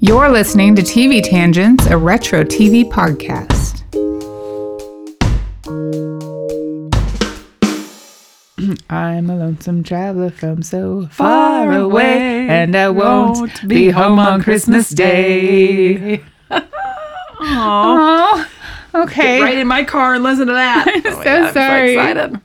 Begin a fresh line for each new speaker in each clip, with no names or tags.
You're listening to TV Tangents, a retro TV podcast. I'm a lonesome traveler from so far away, and I won't, be home on Christmas Day. Aw. Okay.
Right in my car and listen to that. I'm
Oh, so sorry.
excited.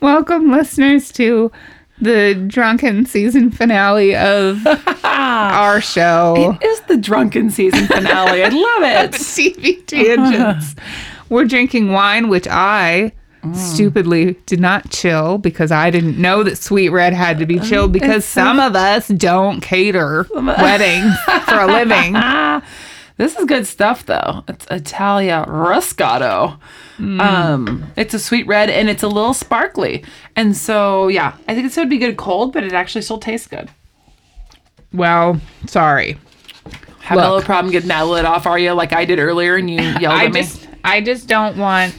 Welcome, listeners, to the drunken season finale of our show.
It is the drunken season finale. I love it.
TV tangents. We're drinking wine, which I stupidly did not chill because I didn't know that sweet red had to be chilled because some of us don't cater weddings for a living.
Ah, this is good stuff though. It's Italia Roscato.
Mm.
Um, it's a sweet red and it's a little sparkly. And so yeah, I think this would be good cold, but it actually still tastes good.
Well, sorry.
Have
Look.
no problem getting that lid off, are you? Like I did earlier, and you yelled
I
at me.
just I just don't want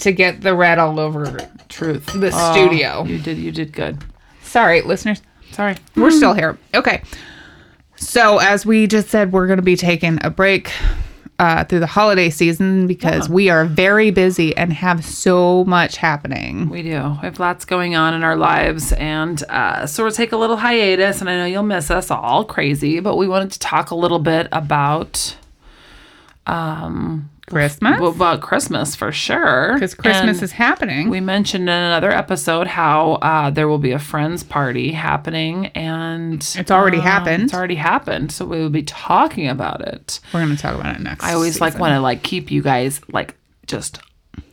to get the red all over
Truth. Oh,
the studio.
You did. You did good.
Sorry, listeners.
Sorry.
We're still
Hmm.
here. Okay. So, as we just said, we're going to be taking a break uh, through the holiday season because we are very busy and have so much happening.
We do. We have lots going on in our lives, and uh, so we'll take a little hiatus. And I know you'll miss us all crazy, but we wanted to talk a little bit about
Christmas?
well, about Christmas for sure,
Because Christmas
And
is happening.
We mentioned in another episode how uh, there will be a friends party happening, and
it's already happened.
Uh, it's already happened. So we will be talking about it.
We're going to talk about it next.
I always like want to like keep you guys like just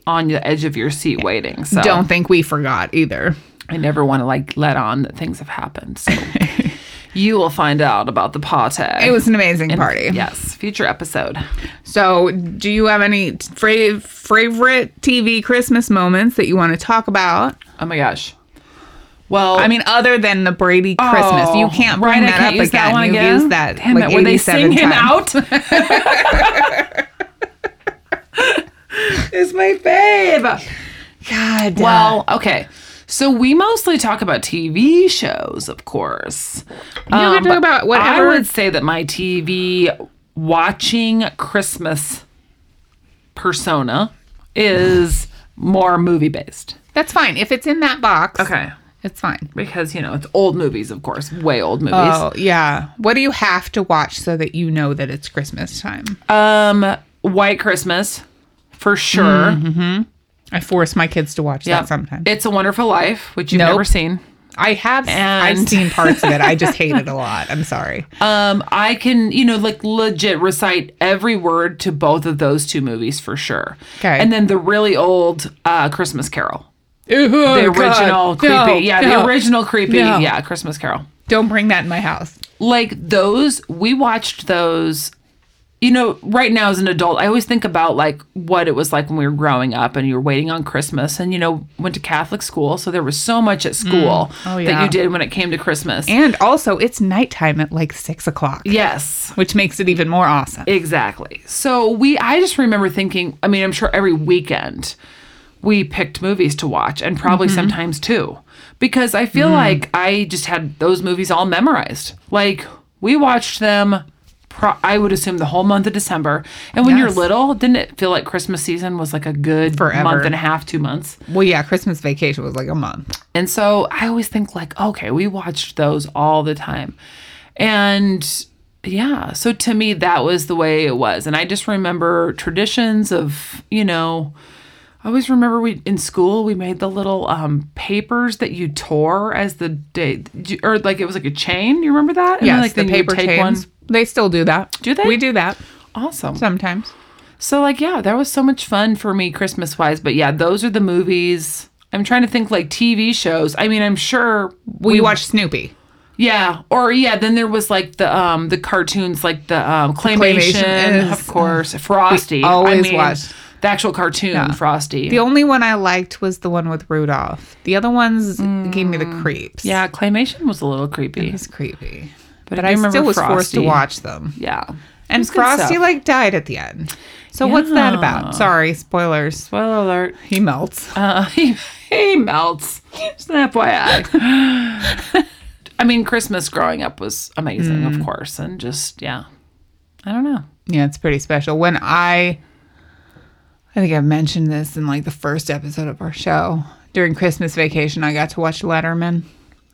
on the edge of your seat waiting. So
Eh, Don't think we forgot either.
I never want to like let on that things have happened. So you will find out about the party.
It was an amazing party.
yes, future episode.
So, do you have any fra- favorite TV Christmas moments that you want to talk about?
Oh my gosh. Well,
I mean, other than the Brady Christmas, you
oh,
can't bring
right, I
that up
can't use
again.
That one
You've
again.
used that
Damn
like
it! When they
87
sing him
times.
out, it's my fave.
God.
Well, okay. So we mostly talk about TV shows, of course. You
can talk about whatever-
I would say that my TV watching Christmas persona is more movie based.
that's fine. If it's in that box,
Okay.
it's fine.
Because, you know, it's old movies, of course, way old movies.
Oh, yeah. What do you have to watch so that you know that it's Christmas time?
Um, White Christmas, for sure.
I force my kids to watch
Yep.
that sometimes.
It's a Wonderful Life, which you've
Nope.
never seen.
I have I've
And-
seen parts of it. I just hate it a lot. I'm sorry.
Um, I can, you know, like legit recite every word to both of those two movies for sure.
Okay.
And then the really old uh, Christmas Carol,
the
the original creepy, yeah, the original creepy,
Oh, No.
yeah, Christmas Carol.
Don't bring that in my house.
Like those, we watched those. You know, right now as an adult, I always think about like what it was like when we were growing up and you were waiting on Christmas and you know, went to Catholic school, so there was so much at school
Oh,
that
yeah.
you did when it came to Christmas.
And also, it's nighttime at like six o'clock,
yes.
which makes it even more awesome.
Exactly. So we I just remember thinking, I mean, I'm sure every weekend we picked movies to watch and probably
Mm-hmm.
sometimes two because I feel like I just had those movies all memorized. Like we watched them pro- I would assume the whole month of December. And when you're
Yes.
little, didn't it feel like Christmas season was like a good
Forever.
month and a half, 2 months?
well, yeah, Christmas vacation was like a month.
And so I always think like, okay, we watched those all the time. And yeah, so to me that was the way it was. And I just remember traditions of, you know, I always remember we in school we made the little um, papers that you tore as the day or like it was like a chain. You remember that? And then,
Yes,
like
the
then you would
paper
take
chains. They still do that.
Do they?
We do that
One. Awesome.
sometimes.
So like yeah, that was so much fun for me Christmas wise. But yeah, those are the movies. I'm trying to think like TV shows. I mean, I'm sure
We, watch Snoopy.
Yeah, or yeah, then there was like the um the cartoons like the um claymation,
Claymation is-
of course, Frosty.
always watched.
the actual cartoon Frosty.
The only one I liked was the one with Rudolph. The other ones gave me the creeps.
Mm. yeah, claymation was a little creepy.
It's creepy.
But,
But
do
I,
remember
still was forced to
Frosty.
watch them.
Yeah. It
And
was good
Frosty
stuff.
like died at the end. So what's that about? Sorry, spoilers.
spoiler alert.
He melts.
Uh, he, he melts. Just an FYI.
Mm.
I mean, Christmas growing up was amazing, of course, and just yeah, I don't know.
Yeah, it's pretty special. When I, I think I've mentioned this in like the first episode of our show. During Christmas vacation, I got to watch Letterman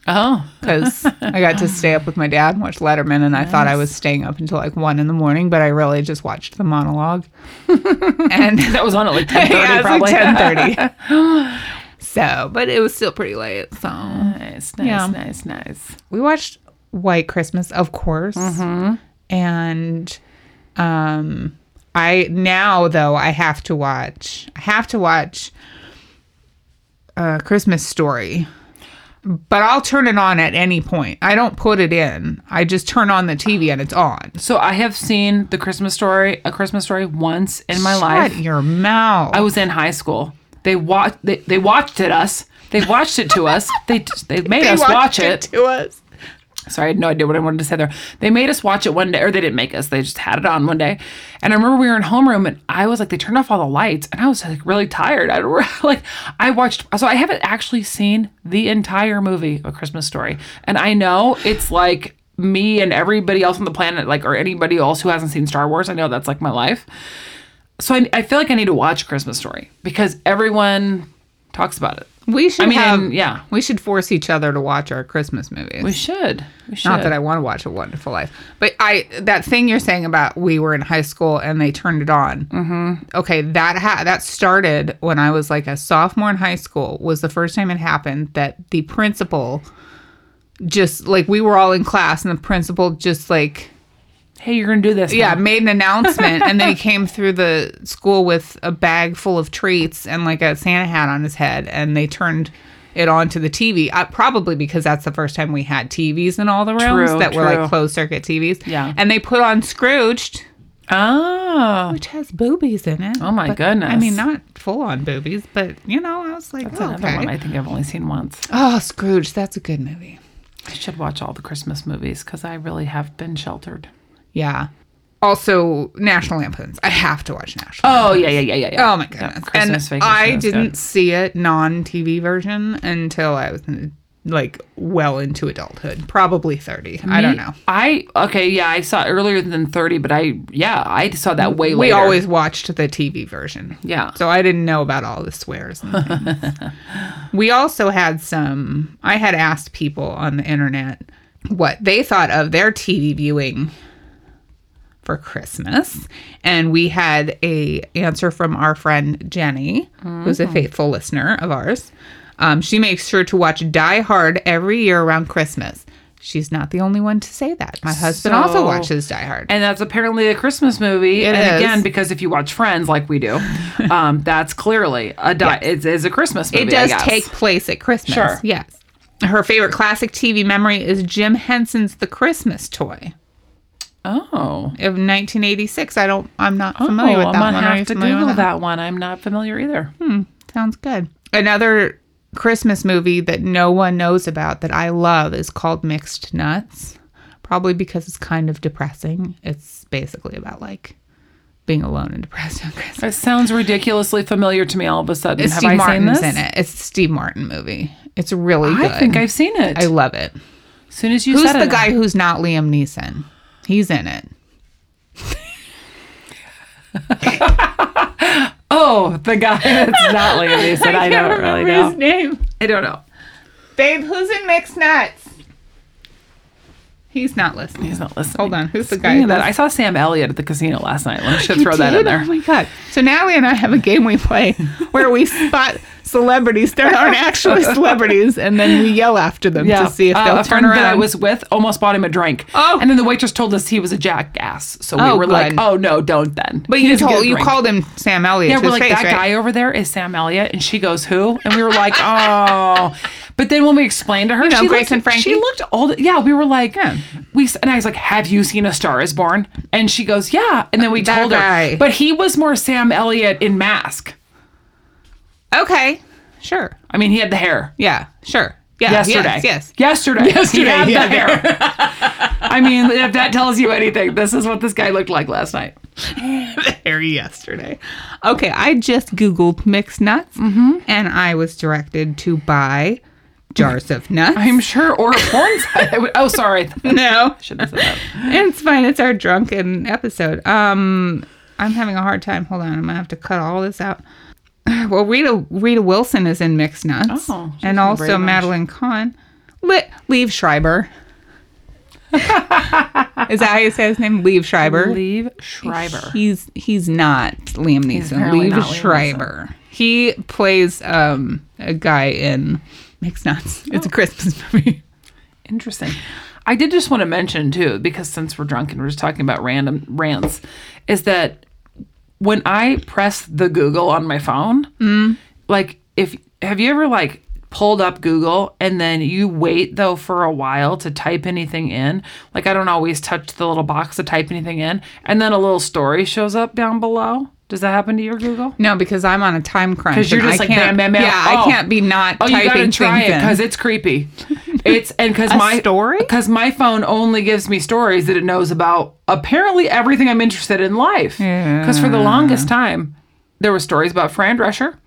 Oh,
because I got to stay up with my dad and watch Letterman, and I thought I was staying up until like one in the morning, but I really just watched the monologue. and
that was on at like 10:30
yeah, it was
probably.
like ten thirty. so, but it was still pretty late. So
nice, nice,
Yeah.
nice, nice.
we watched White Christmas, of course,
Mm-hmm.
and um, I now though I have to watch. I have to watch uh, Christmas Story. But I'll turn it on at any point. I don't put it in. I just turn on the TV and it's on.
So I have seen the Christmas story, a Christmas story once in my life.
Shut your mouth.
I was in high school. They watched. They, they watched it us. They watched it to us. They they made
They
us watch
watched
it.
to us.
Sorry, I had no idea what I wanted to say there. They made us watch it one day, or they didn't make us. They just had it on one day, and I remember we were in homeroom, and I was like, they turned off all the lights, and I was like really tired. I don't- like I watched, so I haven't actually seen the entire movie, A Christmas Story, and I know it's like me and everybody else on the planet, like or anybody else who hasn't seen Star Wars. I know that's like my life, so I, I feel like I need to watch A Christmas Story because everyone talks about it.
We should
I mean,
have,
and- yeah.
We should force each other to watch our Christmas movies.
We should. We should.
Not that I want to watch A Wonderful Life, but I that thing you're saying about we were in high school and they turned it on. Mm-hmm. Okay, that ha- that started when I was like a sophomore in high school. Was the first time it happened that the principal just like we were all in class and the principal just like
hey, you're gonna do this.
yeah
now.
made an announcement and then he came through the school with a bag full of treats and like a Santa hat on his head and they turned. It onto the TV, uh, probably because that's the first time we had TVs in all the rooms
True,
that were like
true.
closed circuit TVs.
Yeah.
And they put on Scrooged,
Oh.
which has boobies in it.
Oh my
But,
goodness.
I mean, not full on boobies, but you know, I was like,
That's
oh,
another
okay.
one I think I've only seen once.
oh, Scrooge, that's a good movie.
I should watch all the Christmas movies because I really have been sheltered.
Yeah. Also, National Lampoons. I have to watch National.
Oh yeah, yeah, yeah, yeah. yeah.
Oh my goodness.
Christmas
and
Vacation
I
was
didn't
good.
see it non TV version until I was like well into adulthood, probably 30. I don't
Me-
know.
I okay, yeah, I saw it earlier than thirty, but I yeah, I saw that way
We
later.
always watched the TV version.
yeah.
So I didn't know about all the swears. And things. we also had some, I had asked people on the internet what they thought of their TV viewing for Christmas. And we had a answer from our friend Jenny, who's
Oh.
a faithful listener of ours. Um, she makes sure to watch Die Hard every year around Christmas. She's not the only one to say that. My husband also
So-
watches Die Hard.
And that's apparently a Christmas movie.
It
and
is.
again, because if you watch Friends like we do, um, that's clearly a di- it's, it's a Christmas movie.
It
I
does
guess.
take place at Christmas.
Sure.
Yes. Her favorite classic TV memory is Jim Henson's The Christmas Toy
Oh.
of 1986. I don't. I'm not
Oh,
familiar with
I'm
that
gonna
one. Are you
have to
familiar
Google
with Hmm.
that? one. I'm not familiar either.
Sounds good. Another Christmas movie that no one knows about that I love is called Mixed Nuts. Probably because it's kind of depressing. It's basically about like being alone and depressed on Christmas.
It sounds ridiculously familiar to me. All of a sudden, have
Steve
I seen
Martin's
this?
in it. It's a Steve Martin movie. It's really good.
I think I've seen it.
I love it.
as soon as you
Who's
said
the
it,
guy who's not Liam Neeson? He's in it.
Oh, the guy that's not Liam Neeson. I, don't really know.
name.
I don't know.
Babe, who's in Mixed Nuts? He's not listening.
He's not listening.
Hold on. Who's the guy?
Speaking of that,
who's-
I saw Sam Elliott at the casino last night. Let me should throw that
Dude,
in there.
Oh my god! So Natalie and I have a game we play where we spot celebrities that aren't actually celebrities, and then we yell after them to see if
Uh,
they'll turn
a friend
around.
that I was with almost bought him a drink.
Oh.
and then the waitress told us he was a jackass. So we
Oh,
were like,
good.
"Oh no, don't then."
but
He
you
doesn't get
told
a
you
drink.
called him Sam Elliott.
Yeah,
to
we're
his
like
face,
that
right?
guy over there is Sam Elliott, and she goes, "Who?" And we were like, "Oh." But then when we explained to her,
know,
she,
Grace
looked,
and Frankie?
she looked old. Yeah, we were like, we s- and I was like, "Have you seen A Star Is Born?" And she goes, "Yeah." And then we
That
told
guy.
her, but he was more Sam Elliott in Mask.
Okay, sure.
I mean, he had the hair.
Yeah, sure. Yeah,
Yesterday,
Yes. yes.
yesterday, yesterday, he had
yeah.
the hair. I mean, if that tells you anything, this is what this guy looked like last night.
hair yesterday. Okay, I just Googled mixed nuts and I was directed to buy jars of nuts.
I'm sure, or porn site. I would- Oh, sorry. I
no,
should have said that.
it's fine. It's our drunken episode. Um, I'm having a hard time. Hold on, I'm gonna have to cut all this out. Well, Rita Rita Wilson is in Mixed Nuts,
Oh, she's in
and also
Brady Bunch.
Madeline Kahn. Let leave Schreiber. is that how you say his name? Leave Schreiber.
Leave Schreiber.
He's he's not Liam Neeson.
apparently
Leave
not Liam
Schreiber. He plays um a guy in Mixed Nuts. It's a Christmas movie.
Interesting. I did just want to mention too, because since we're drunk and we're just talking about random rants, is that when I press the Google on my phone, like if have you ever like pulled up Google and then you wait though for a while to type anything in? Like I don't always touch the little box to type anything in, and then a little story shows up down below. Does that happen to your Google?
No, because I'm on a time crunch.
'Cause you're
and
just
I
like,
can't,
bam, bam, bam.
yeah,
Oh.
I can't be not
Oh, you
typing
gotta try
things
it
in.
because it's creepy. It's and because
A
my
story?
because my phone only gives me stories that it knows about apparently everything I'm interested in life. Because for the longest time, there were stories about Fran Drescher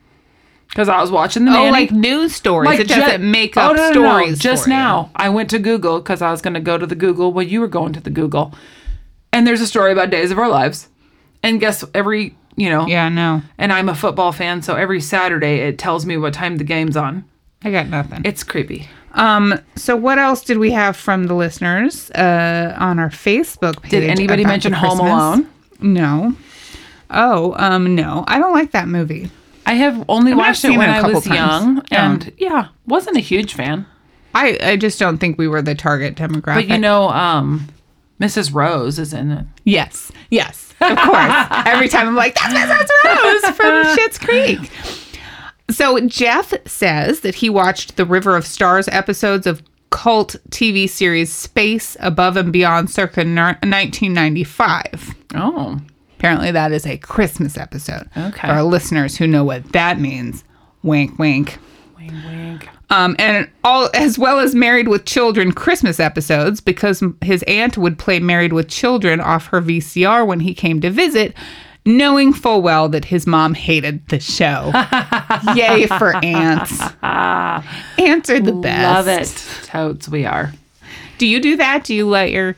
because I was watching the
oh,
Nanny.
like news stories. it
ju-
doesn't make
Oh,
up
no, no, no.
stories.
Just
for you.
now, I went to Google because I was going to go to the Google. Well, you were going to the Google, and there's a story about Days of Our Lives, and guess every you know.
Yeah, no,
And I'm a football fan, so every Saturday it tells me what time the game's on.
I got nothing.
It's creepy.
Um, so what else did we have from the listeners uh, on our Facebook page?
Did anybody
about
mention
the
Home
Christmas?
Alone?
No. Oh, um, no, I don't like that movie.
I have only watched it
seen it
when
a
I
couple
was
times.
young,
Yeah.
and yeah, wasn't a huge fan.
I, I just don't think we were the target demographic.
But you know, um, Mrs. Rose is in it.
Yes, yes, of course. Every time I'm like, that's Mrs. Rose from Schitt's Creek. So Jeff says that he watched the River of Stars episodes of cult TV series Space Above and Beyond circa nar- 1995.
Oh,
Apparently, that is a Christmas episode.
Okay.
For our listeners who know what that means, wink, wink.
wink, wink.
Um, and all as well as Married with Children Christmas episodes because m- his aunt would play Married with Children off her VCR when he came to visit, knowing full well that his mom hated the show. Yay for aunts! Aunts are the best.
Love it, totes. We are.
Do you do that? Do you let your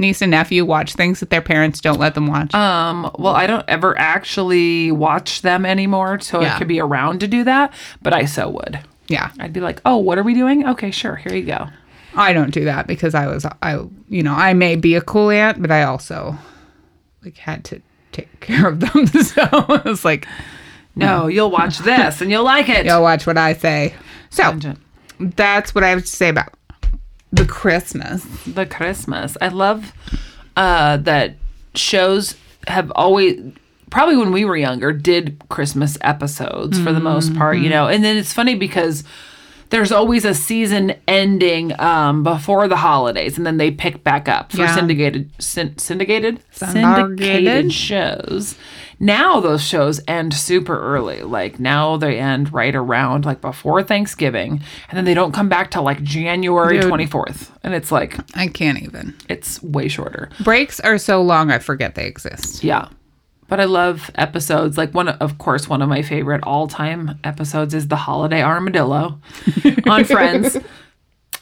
niece and nephew watch things that their parents don't let them watch?
Um, well, I don't ever actually watch them anymore, so
Yeah.
I could be around to do that. But I so would.
yeah,
I'd be like, oh, what are we doing? Okay, sure, here you go.
I don't do that because I was I you know I may be a cool aunt, but I also like had to take care of them. So I was like,
No, you'll watch this and you'll like it.
Y'all watch what I say. So
Tangent.
that's what I have to say about the Christmas.
the Christmas. I love uh, that shows have always probably when we were younger did Christmas episodes for the most part, you know. And then it's funny because there's always a season ending um, before the holidays, and then they pick back up for
Yeah.
syndicated syn- syndicated
Syndicated.
syndicated shows. Now those shows end super early. Like now they end right around like before Thanksgiving, and then they don't come back till like January
Dude.
twenty fourth. And it's like
I can't even.
it's way shorter.
Breaks are so long, I forget they exist.
Yeah. But I love episodes like one of course one of my favorite all-time episodes is the holiday armadillo on Friends.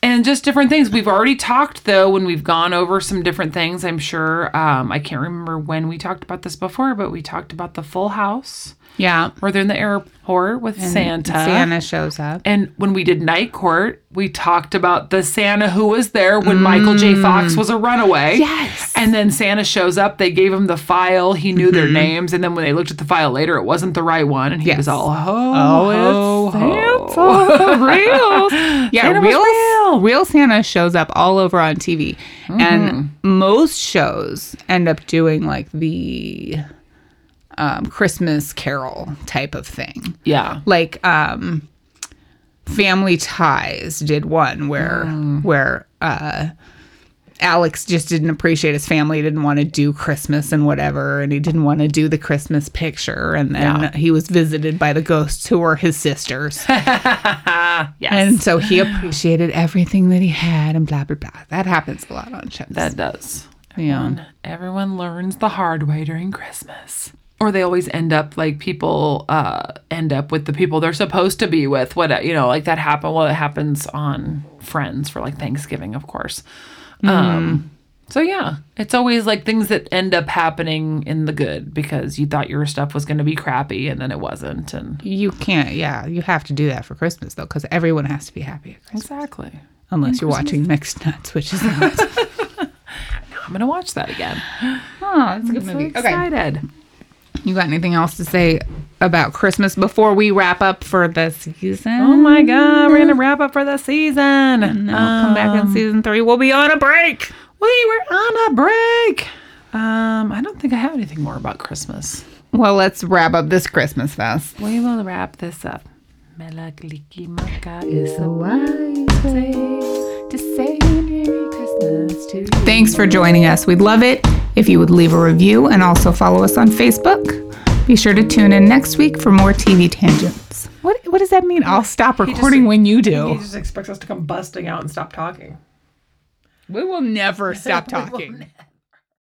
And just different things. We've already talked though when we've gone over some different things, I'm sure. Um, I can't remember when we talked about this before, but we talked about the full house
Yeah.
where they're in the airport with Santa.
Santa shows up.
And when we did Night Court, we talked about the Santa who was there when Michael J. Fox was a runaway.
Mm. Yes.
And then Santa shows up. They gave him the file. He knew their names. And then when they looked at the file later, it wasn't the right one. And he
Mm-hmm. Yes.
was all, ho,
Oh,
oh,
it's
ho,
Santa for real. Yeah,
Santa was
real, real.
real.
Santa shows up all over on TV. And most shows end up doing like the um, Christmas carol type of thing.
Yeah.
like um family ties did one where
Oh.
where uh Alex just didn't appreciate his family, didn't want to do Christmas and whatever, and he didn't want to do the Christmas picture. And then he was visited by the ghosts who were his sisters.
Yes.
and so he appreciated everything that he had and blah, blah, blah. That happens a lot on shows.
that does.
yeah.
Everyone learns the hard way during Christmas. or they always end up like people uh, end up with the people they're supposed to be with. What you know, like that happened. Well, it happens on Friends for like Thanksgiving, of course. Um, so yeah, it's always like things that end up happening in the good because you thought your stuff was going to be crappy and then it wasn't. And
You can't, yeah, you have to do that for Christmas though, because everyone has to be happy at Christmas.
exactly.
Unless you're watching Mixed Nuts, which is not.
I'm gonna watch that again.
oh, that's a good
I'm so
movie. Okay.
excited.
You got anything else to say about Christmas before we wrap up for the season?
Oh my god, we're gonna wrap up for the season.
We'll come back in season three. We'll be on a break.
We were on a break. Um, I don't think I have anything more about Christmas.
Well, let's wrap up this Christmas fest.
We will wrap this up. Melaglikimaka is a
Thanks for joining us. We'd love it if you would leave a review and also follow us on Facebook. Be sure to tune in next week for more TV tangents. What, what does that mean? I'll stop recording when you do.
just expects us to come busting out and stop talking.
We will never stop talking.